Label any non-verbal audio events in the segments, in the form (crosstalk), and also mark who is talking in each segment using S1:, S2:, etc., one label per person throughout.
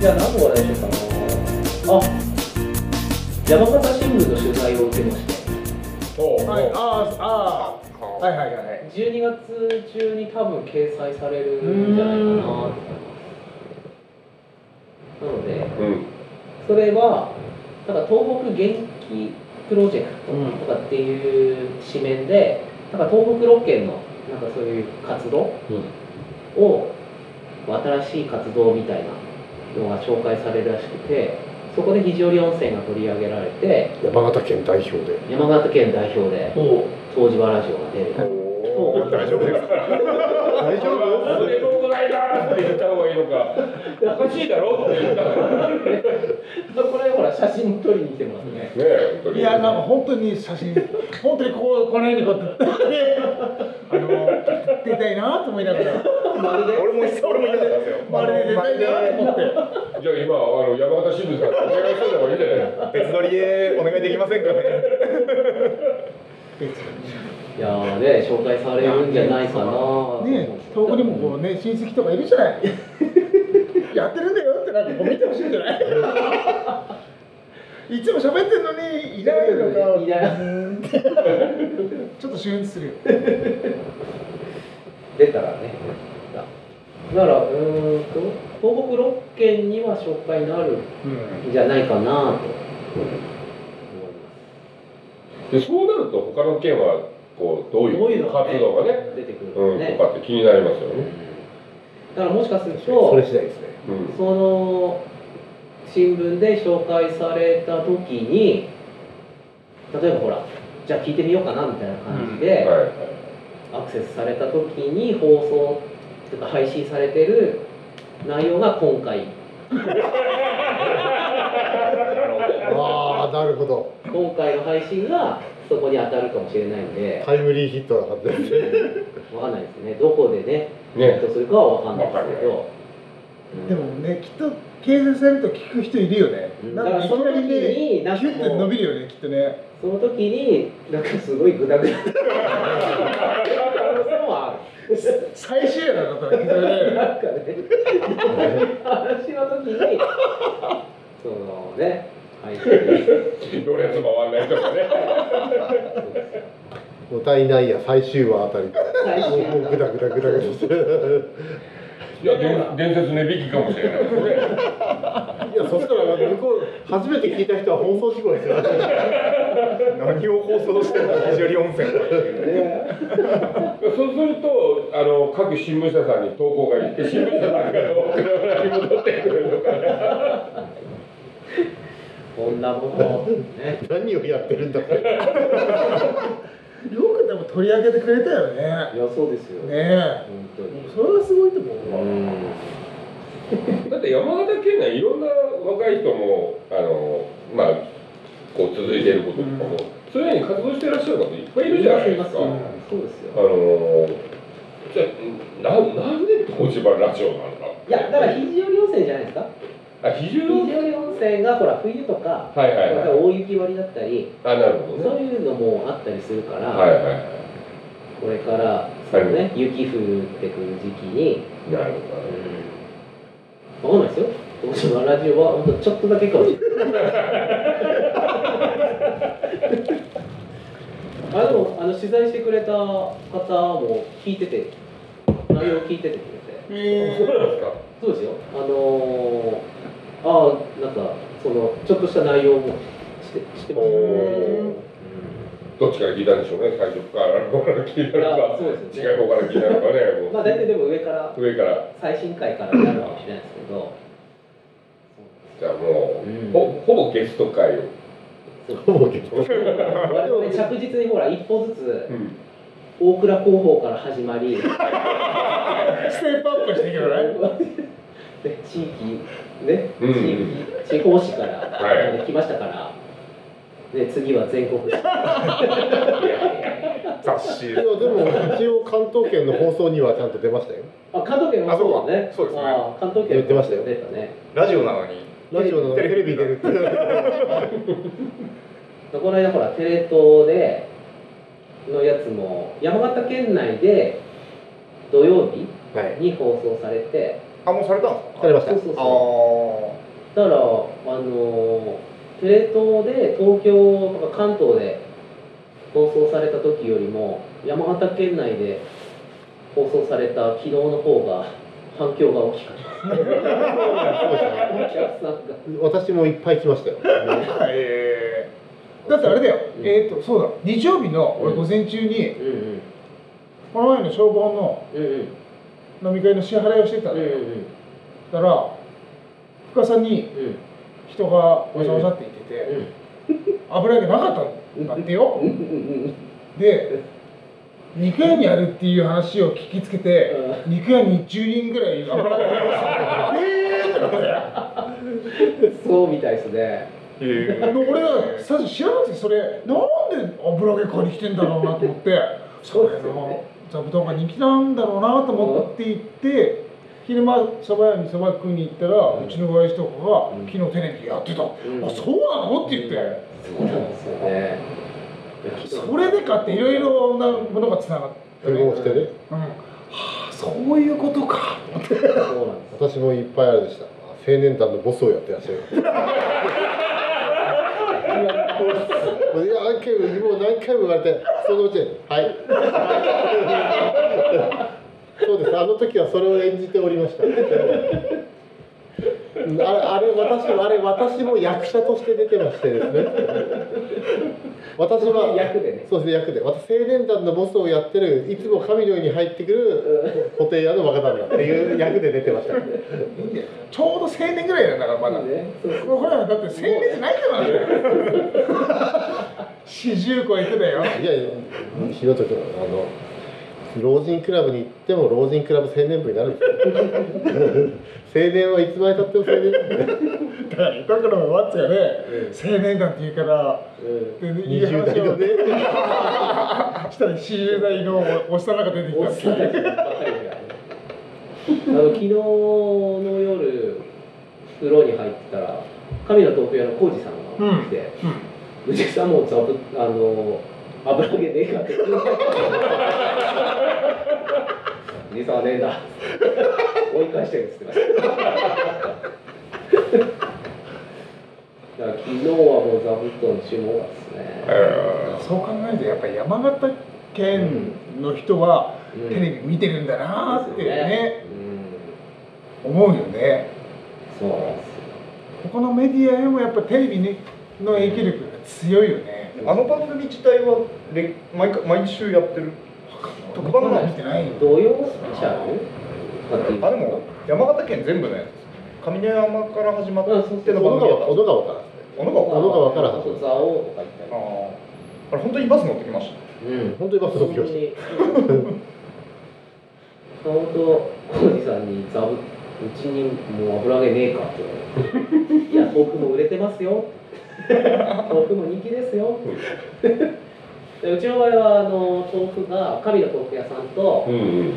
S1: じゃあ何の話題しようかなあ山形新聞の取材を受けまして
S2: おう
S3: はい、
S2: おう
S3: あーあー、はいはいはいはい。
S1: 12月中に多分掲載されるんじゃないかなと思いますなので
S2: うん
S1: それはなんか東北元気プロジェクトとかっていう紙面で、なんか東北6県のなんかそういう活動を、新しい活動みたいなのが紹介されるらしくてそこで肘折温泉が取り上げられて
S2: 山形県代表で
S1: 山形県代表で湯治場ラジオが出る。
S2: おー大丈夫ですか大丈夫
S4: おめでとうございますって言った方がいいのか、おかしいだろって言ったから、
S1: これほら写真撮りに来てますね。
S2: ねえ本当に
S3: いや、なんか本当に写真、本当にこう、この辺にこうやって、あの、出たいなと思いながら、
S1: まるで
S2: 俺も俺も言いたかったんですよ
S3: まるで出たいなと思って。
S4: じゃあ今、あの山形新聞さんにお願いしといた方がいいんじゃないの
S2: 別撮りでお願いできませんかね
S3: 別に
S1: いやーね紹介されるんじゃないかなー。
S3: ね、遠くにもこうね、親戚とかいるじゃない。やってるんだよって、なんかこう見てほしいんじゃない。いつも喋ってるのに、いないのか。
S1: いないう
S3: ーんちょっと周知するよ。
S1: 出たらねだからうーんと東北六県には紹介のあるんじゃないかなと思い
S4: でそうなると、他の県はこうどう
S1: どうい
S4: いうう
S1: のがね
S4: 活動がね、
S1: ます出てくる
S4: うん
S1: んでね、
S4: とかって気になりますよ
S1: う
S4: ね。
S1: んだからもしかする
S2: そ
S1: と
S2: れ次第ですね
S4: うん
S1: その新聞で紹介された時に例えばほらじゃあ聞いてみようかなみたいな感じで、
S4: はいはい
S1: アクセスされた時に放送とか配信されてる内容が今回
S2: ああなるほど
S1: 今回の配信がそこに当たるかもしれないんで
S2: タイムリーヒットな感じですね
S1: 分かんないですねどこでねヒッ
S4: ね、 (laughs)
S1: トするかは分かんないですけど、うん
S3: でもね、きっと経済されると聞く人いるよね
S1: う。んだ
S3: な
S1: か
S3: んからい
S1: そ
S3: き
S1: の
S3: な
S1: 時
S3: りね、
S1: になん
S3: キ
S1: か
S3: ュッて伸
S1: もう
S3: びるよね、きっとね。
S1: その時になんかすごいグダグダな可能性もある
S3: 最終やな、だから、きっと
S1: な
S3: ね。
S1: んかね話の時にそのね配信
S4: ロレンス回んないとかね。
S2: もう第何夜最終話あたり
S1: 最終話
S2: もうもうグダグダグダグダして
S4: いや、伝伝説値引きかもしれないですね。
S2: いやそしたら向こう初めて聞いた人は放送事故ですよ
S5: 何を放送してんの肘折温泉
S4: そうすると、あの各新聞社さんに投稿が行って、新聞社さんが送られに戻ってくるとかね。
S1: こんなものね
S2: 何をやってるんだこれ
S3: よくでも取り上げてくれたよね。
S1: いやそうですよ
S3: ねえ。
S1: 本当に
S3: それはすごいと思うわ。
S1: うん
S4: だって山形県内いろんな若い人もあのまあこう続いていることとかも常に活動していらっしゃる方いっぱいいるじゃないですか。あ
S1: そうですよ
S4: のじゃあななんで東芝ラジオなんだって
S1: いやだから肘折温泉じゃないですか
S4: あ比重
S1: 肘折温泉がほら冬とか
S4: はいはいはい
S1: 大雪割りだったり
S4: あなるほど
S1: そう
S4: ね
S1: いうのもあったりするから、
S4: はいはいは
S1: これからそのね雪降ってくる時期に、
S4: いなるほどね
S1: うん、わかんないですよ東芝ラジオはほんとちょっとだけかもしれないあでもあの取材してくれた方も聞いてて内容聞いててくれて
S3: え
S4: そうなんですか
S1: そうですよ。あのー、ああ、なんか、その、ちょっとした内容もして、して
S4: お
S1: ます、
S4: ーどっちから聞いたんでしょうね最初から聞いたのか
S1: そうですよ
S4: 近い方から聞いたのかね
S1: う
S4: も
S1: ん
S4: う、
S1: まあ、大体でも上から、
S4: 上から
S1: 最新回からになるかもしれないですけど、
S4: じゃあも
S1: う
S4: う、
S1: ん
S4: ほほぼゲスト会を、
S2: もう結構
S1: 我々着実にほら、一歩ずつ、
S4: うん
S1: 大倉広報から始まり、
S3: ー、ステップアップしていけば
S1: (laughs)
S3: ね。
S1: で地域、ね、
S4: うん
S1: 地域、地方市から、
S4: は
S1: 来ましたから、で、次は全国。
S5: 雑誌
S2: いやでも一応関東圏の放送にはちゃんと出ましたよ
S1: あ、関東圏もそうだね。
S5: あそうかそうですね
S1: ああ関東圏
S2: 言ってましたよ
S1: 出たね。
S5: ラジオなのに
S2: ラジオなのにテレビ出るって
S1: この間ほらテレ東でのやつも山形県内で土曜日
S2: はい
S1: に放送されて
S5: あもうされたんです
S2: されまし
S1: そう
S2: た
S1: そう
S5: かあ
S1: そ
S5: ー
S1: だからあのテレ東で東京とか関東で放送された時よりも山形県内で放送された昨日の方が反響が大きかったお客さんが
S2: 私もいっぱい来ましたよ。
S3: えーだってあれだよ、
S1: うん
S3: えっ、とそうだ日曜日の俺
S4: うん
S3: 午前中に
S1: うんうん
S3: この前の消防の
S1: うんうん
S3: 飲み会の支払いをしてた
S1: うんん
S3: だよ、
S1: うん
S3: だから深さんに
S1: うん
S3: 人がわしゃわしゃっていてて、油揚げなかったんだってよ、
S1: うんうんうん
S3: で肉屋にやるっていう話を聞きつけて、肉屋に10人ぐらい油揚げがいましたえーってなって
S1: そうみたいですね
S5: え
S3: で俺は最初知らなくてそれなんで油揚げ買いに来てんだろうなと思って
S1: (laughs) そうですよね
S3: の座布団が人気なんだろうなと思って行って昼間そば屋にそば食いに行ったら、う
S1: うん
S3: ちの親父とかが、
S1: うん
S3: 昨日テレビでやってた、
S1: ん
S3: あそうなのって言っ
S1: そ
S3: て、
S1: うなんですよね
S3: それでかっていろいろなものがつながって、
S2: 融合してね。
S3: うんはあそういうことか
S1: そうなんです
S2: 私もいっぱいあれでした。青年団のボスをやってらっしゃる。いや、何回も、もう何回も言われて、そのうち、はい。そうです。あの時はそれを演じておりました。あれ、あれ、私も、あれ、私も役者として出てましてですね。私は。
S1: 役でね
S2: そうですね、役で、私青年団のボスをやってる、いつも神のように入ってくる。固定屋の若旦那っていう役で出てました。
S3: ちょうど青年ぐらいなんだからまだ、
S1: ねそうそう
S3: これはだって青年じゃない
S1: (laughs)
S3: からね四十超えてだよ
S2: いやいや、ひどい時は、あの。老人クラブに行っても、老人クラブ青年部になるんですよ。青年はいつまでたっても青年部。
S3: だからワッツがね青年団って言うから
S1: うん
S2: (laughs)
S3: でい
S2: 二
S3: い
S2: 十代
S3: 話
S2: の
S3: を
S2: ね。
S3: したら40代のおっさんなんか出てき
S1: お
S3: た
S1: っさんたちばっかりだよねあの昨日の夜風呂に入ってたら神の豆腐屋の浩二さんが来て「宇治さんもうざぶあの油揚げねえか」っておじさんはねえんだ」追い返してるんですけどだから昨日はもう座布団注文がですね、
S5: ー
S3: そう考えるとやっぱり山形県の人は
S1: うん
S3: テレビ見てるんだなーってね、
S1: うん
S3: 思うよね
S1: そうなんですよ
S3: 他のメディアよりもやっぱテレビねの影響力が強いよね
S5: あの番組自体はれ毎回毎週やってる特番な
S3: は
S5: の
S3: 見てないよ
S1: 土曜スペシャルとかっていう
S5: あでも山形県全部のやつ上山から始ま
S1: うんそう
S5: っ
S1: そ
S5: て
S1: う
S5: の
S2: (laughs) 小野
S5: 番組やっ
S2: 川、
S5: た
S2: 小野川か
S5: 小
S2: ら。
S5: 野川
S2: あの川から
S1: そう蔵王とか行ったり
S5: あーあれ本当にバス乗ってきました
S1: うん
S2: 本当にバス卒業して。
S1: 本当浩二さんに「ザブうちにもう油揚げねえか」って言われて「いや豆腐も売れてますよ」豆腐も人気ですよ」でうちの場合はあの豆腐が神の豆腐屋さんと
S4: うんうん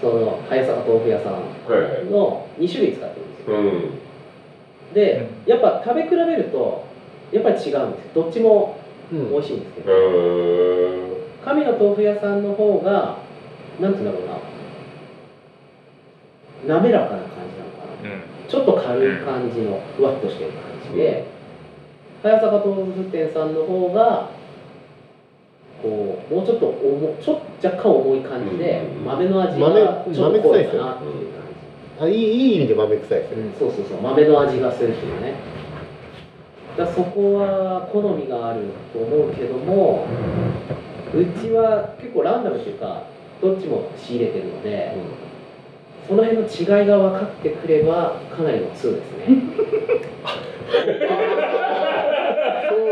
S1: その早坂豆腐屋さ
S4: はいはい
S1: んの2種類使ってるんですよ
S4: うん
S1: でやっぱ食べ比べるとやっぱり違うんですよどっちも
S2: うん
S1: 美味しいんですけど、
S4: うん
S1: 神の豆腐屋さんの方がなんて言うんだろうな滑らかな感じなのかなちょっと軽い感じのふわっとしてる感じで早坂豆腐店さんの方がこうもうちょっと重ちょっと若干重い感じで
S4: うん
S1: 豆の味
S2: 豆
S1: がちょっと濃いかなっていう感じ
S2: あ、いい、いい意味で豆臭いですね。
S1: うん、そうそうそう豆の味がするっていうねだからそこは好みがあると思うけどもうちは結構ランダムっていうかどっちも仕入れてるので、その辺の違いが分かってくればかなりの通ですね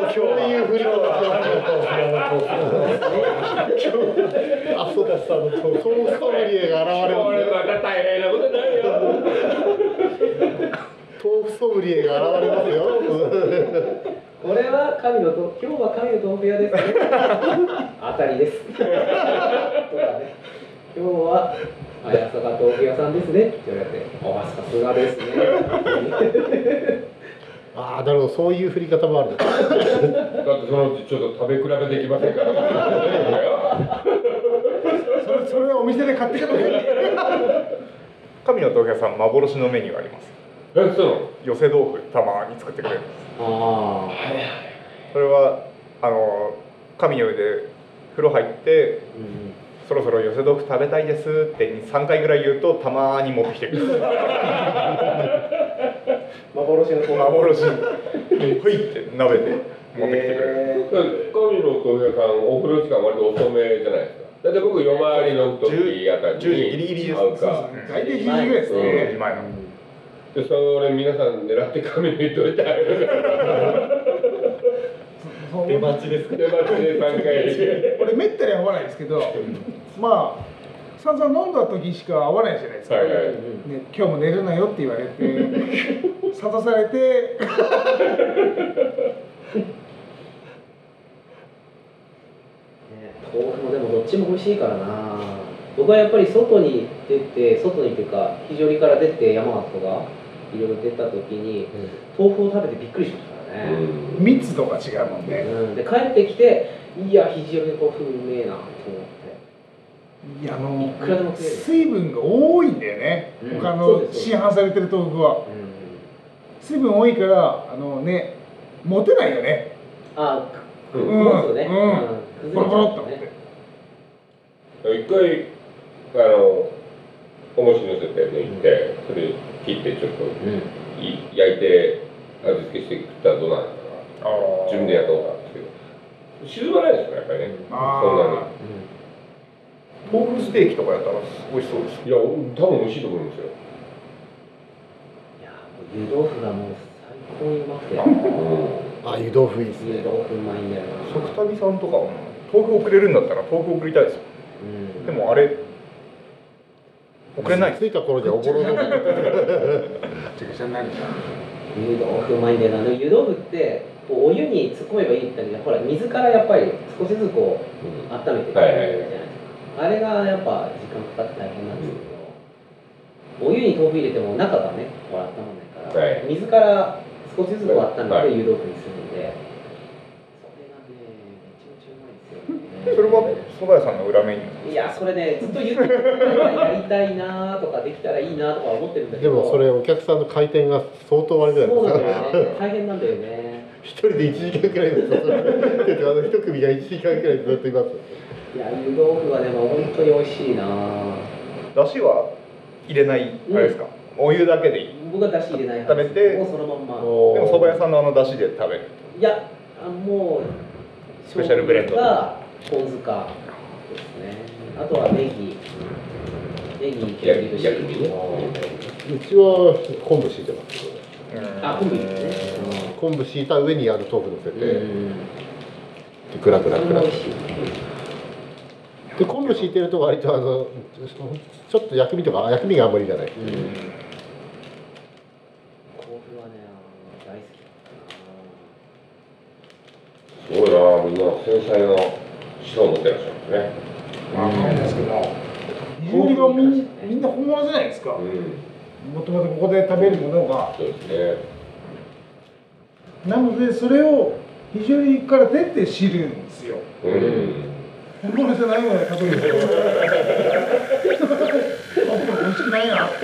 S2: そう、そういう振り方あ、そうだ、さ、そう、そう、ソムリエが現れますね。
S4: また大変なことになるよ
S2: 豆腐ソムリエが現れますよ。
S1: これは神のと今日は神の豆腐屋です (laughs) ね当たりですとかね今日は綾坂豆腐屋さんですねって言われて「あさすがですね」
S2: ああ、なるほど、そういう振り方もある。
S4: だってそのうちちょっと食べ比べできませんから
S3: それそれお店で買ってくる
S5: 神の豆腐屋さん幻のメニューあります
S4: えそうなの
S6: 寄せ豆腐たまに作ってくれる
S1: (laughs) ああ、
S6: それはあの神の湯で風呂入って
S1: うん、
S6: そろそろ寄せ豆腐食べたいですって3回ぐらい言うとたまに持ってきてくれる
S5: 幻の豆腐
S6: 幻にふいって鍋で持ってきてくれる、
S5: え
S4: 神の豆腐屋さんお風呂時間割と遅めじゃないですかだって僕夜回りの時あたりに
S6: 10時ギリギリです
S4: 会うか
S3: そうですね大体10時ぐらいです
S4: うん
S6: 10時
S3: ね
S6: 前の
S4: でそれ皆さん狙って紙に入れといた
S3: そう
S2: 出待ちですか
S4: で待ちで3回
S3: 俺めったに会わないですけどまあ散々飲んだ時しか会わないじゃないですか、
S4: はい
S1: うん
S4: は
S1: う
S4: い
S1: ん、
S3: ね、今日も寝るなよって言われて諭されて
S1: ね豆腐もでもどっちも美味しいからな僕はやっぱり外に出て外にっていうか非常にから出て山形とかいろいろ出た時に豆腐を食べてびっくりしましたからね、
S4: う
S3: 密度が違うもんね
S1: うんで帰ってきていや非常に豆腐うめえなと思って
S3: いやあ
S1: い
S3: の
S1: くらでも食える
S3: 水分が多いんだよね、
S1: うん
S3: 他
S1: そう
S3: の
S1: です
S3: 市販されてる豆腐は
S1: うん
S3: 水分多いからあのね持てないよね
S1: あく
S4: うん
S1: そうですよね、
S3: う
S1: うん
S3: ボロボロっと
S1: 崩れ
S3: 思っ
S1: ちゃ
S3: て
S4: ん一回あの重しのせて抜いてそれ切ってちょっと
S1: うね
S4: い焼いて味付けして食ったらどうなるのかな自分でやったことあるんですけど沈まないですねやっぱりねそんなに
S3: あ
S6: 豆腐ステーキとかやったら美味しそうです
S4: いや多分美味しいと思いますよ
S1: いやもう湯豆腐がもう最高にうまくて
S4: う
S2: あ湯豆腐いいです
S1: 湯
S2: ね
S1: 豆腐うまいんだよな
S6: 食旅さんとかも豆腐送れるんだったら豆腐送りたいですよ
S1: うん
S6: でもあれ送れないです
S2: 着いた頃にはおぼろ豆腐
S3: あめちゃくちゃになるじゃん
S1: 湯豆腐うまいんだよなでも湯豆腐ってこうお湯に突っ込めばいいってわけじゃんほら水からやっぱり少しずつこうん温めていくじゃ
S4: は
S1: ない
S4: いはいはい
S1: ですかあれがやっぱ時間かかって大変なんですけどお湯に豆腐入れても中がねほら温まんないから、
S4: はい
S1: 水から少しずつこう温
S4: は
S1: めて
S4: い
S1: 湯豆腐にするんで、それがねめちゃめちゃうまいんですよ、ね、
S6: それは蕎麦屋さんの裏メニュー
S1: いやそれねずっと言ってたやりたいなとかできたらいいなとか思ってるんだけ
S2: で
S1: ど
S2: もそれお客さんの回転が相当悪くな
S1: そうなん
S2: る
S1: だよね大変なんだよね
S2: 一人で1時間くらいですよそれだってあの一組が1時間くらいずっといます
S1: いや湯豆腐はでも本当に美味しいな
S6: だしは入れないあれですか、お湯だけでいいで
S1: 僕は出汁入れない
S6: 食べて
S1: もうそのまんま
S6: も蕎麦屋
S2: ん
S6: さんのあのだしで食べる
S1: いやあもう
S6: スペシャルブレンド
S1: がポン酢かですねあとはネギネギ
S4: いや逆にね
S2: うちは昆布敷いてますけどね
S1: あ昆布ですね
S2: 昆布敷いた上にあの豆腐乗せ
S1: うんう
S2: て
S1: ん
S2: グラグ
S1: そ
S2: ラ
S1: れ
S2: グラ
S1: も
S2: で
S1: 美味しい
S2: 昆布敷いてると割とあのちょっと薬味とか薬味があんまりいらない
S1: うん豆腐はねあの大好きだ
S4: すごいなみんな繊細な舌を持ってらっしゃるんですね
S3: まああれですけど非常にもうみんみんな本物じゃないですか
S4: うん
S3: もともとここで食べるものが
S4: そうですね
S3: なのでそれを非常にから出て知るんです (laughs) よ
S4: うん
S3: 本物 (laughs) じゃないものを食べるんですよあ美味しくないなって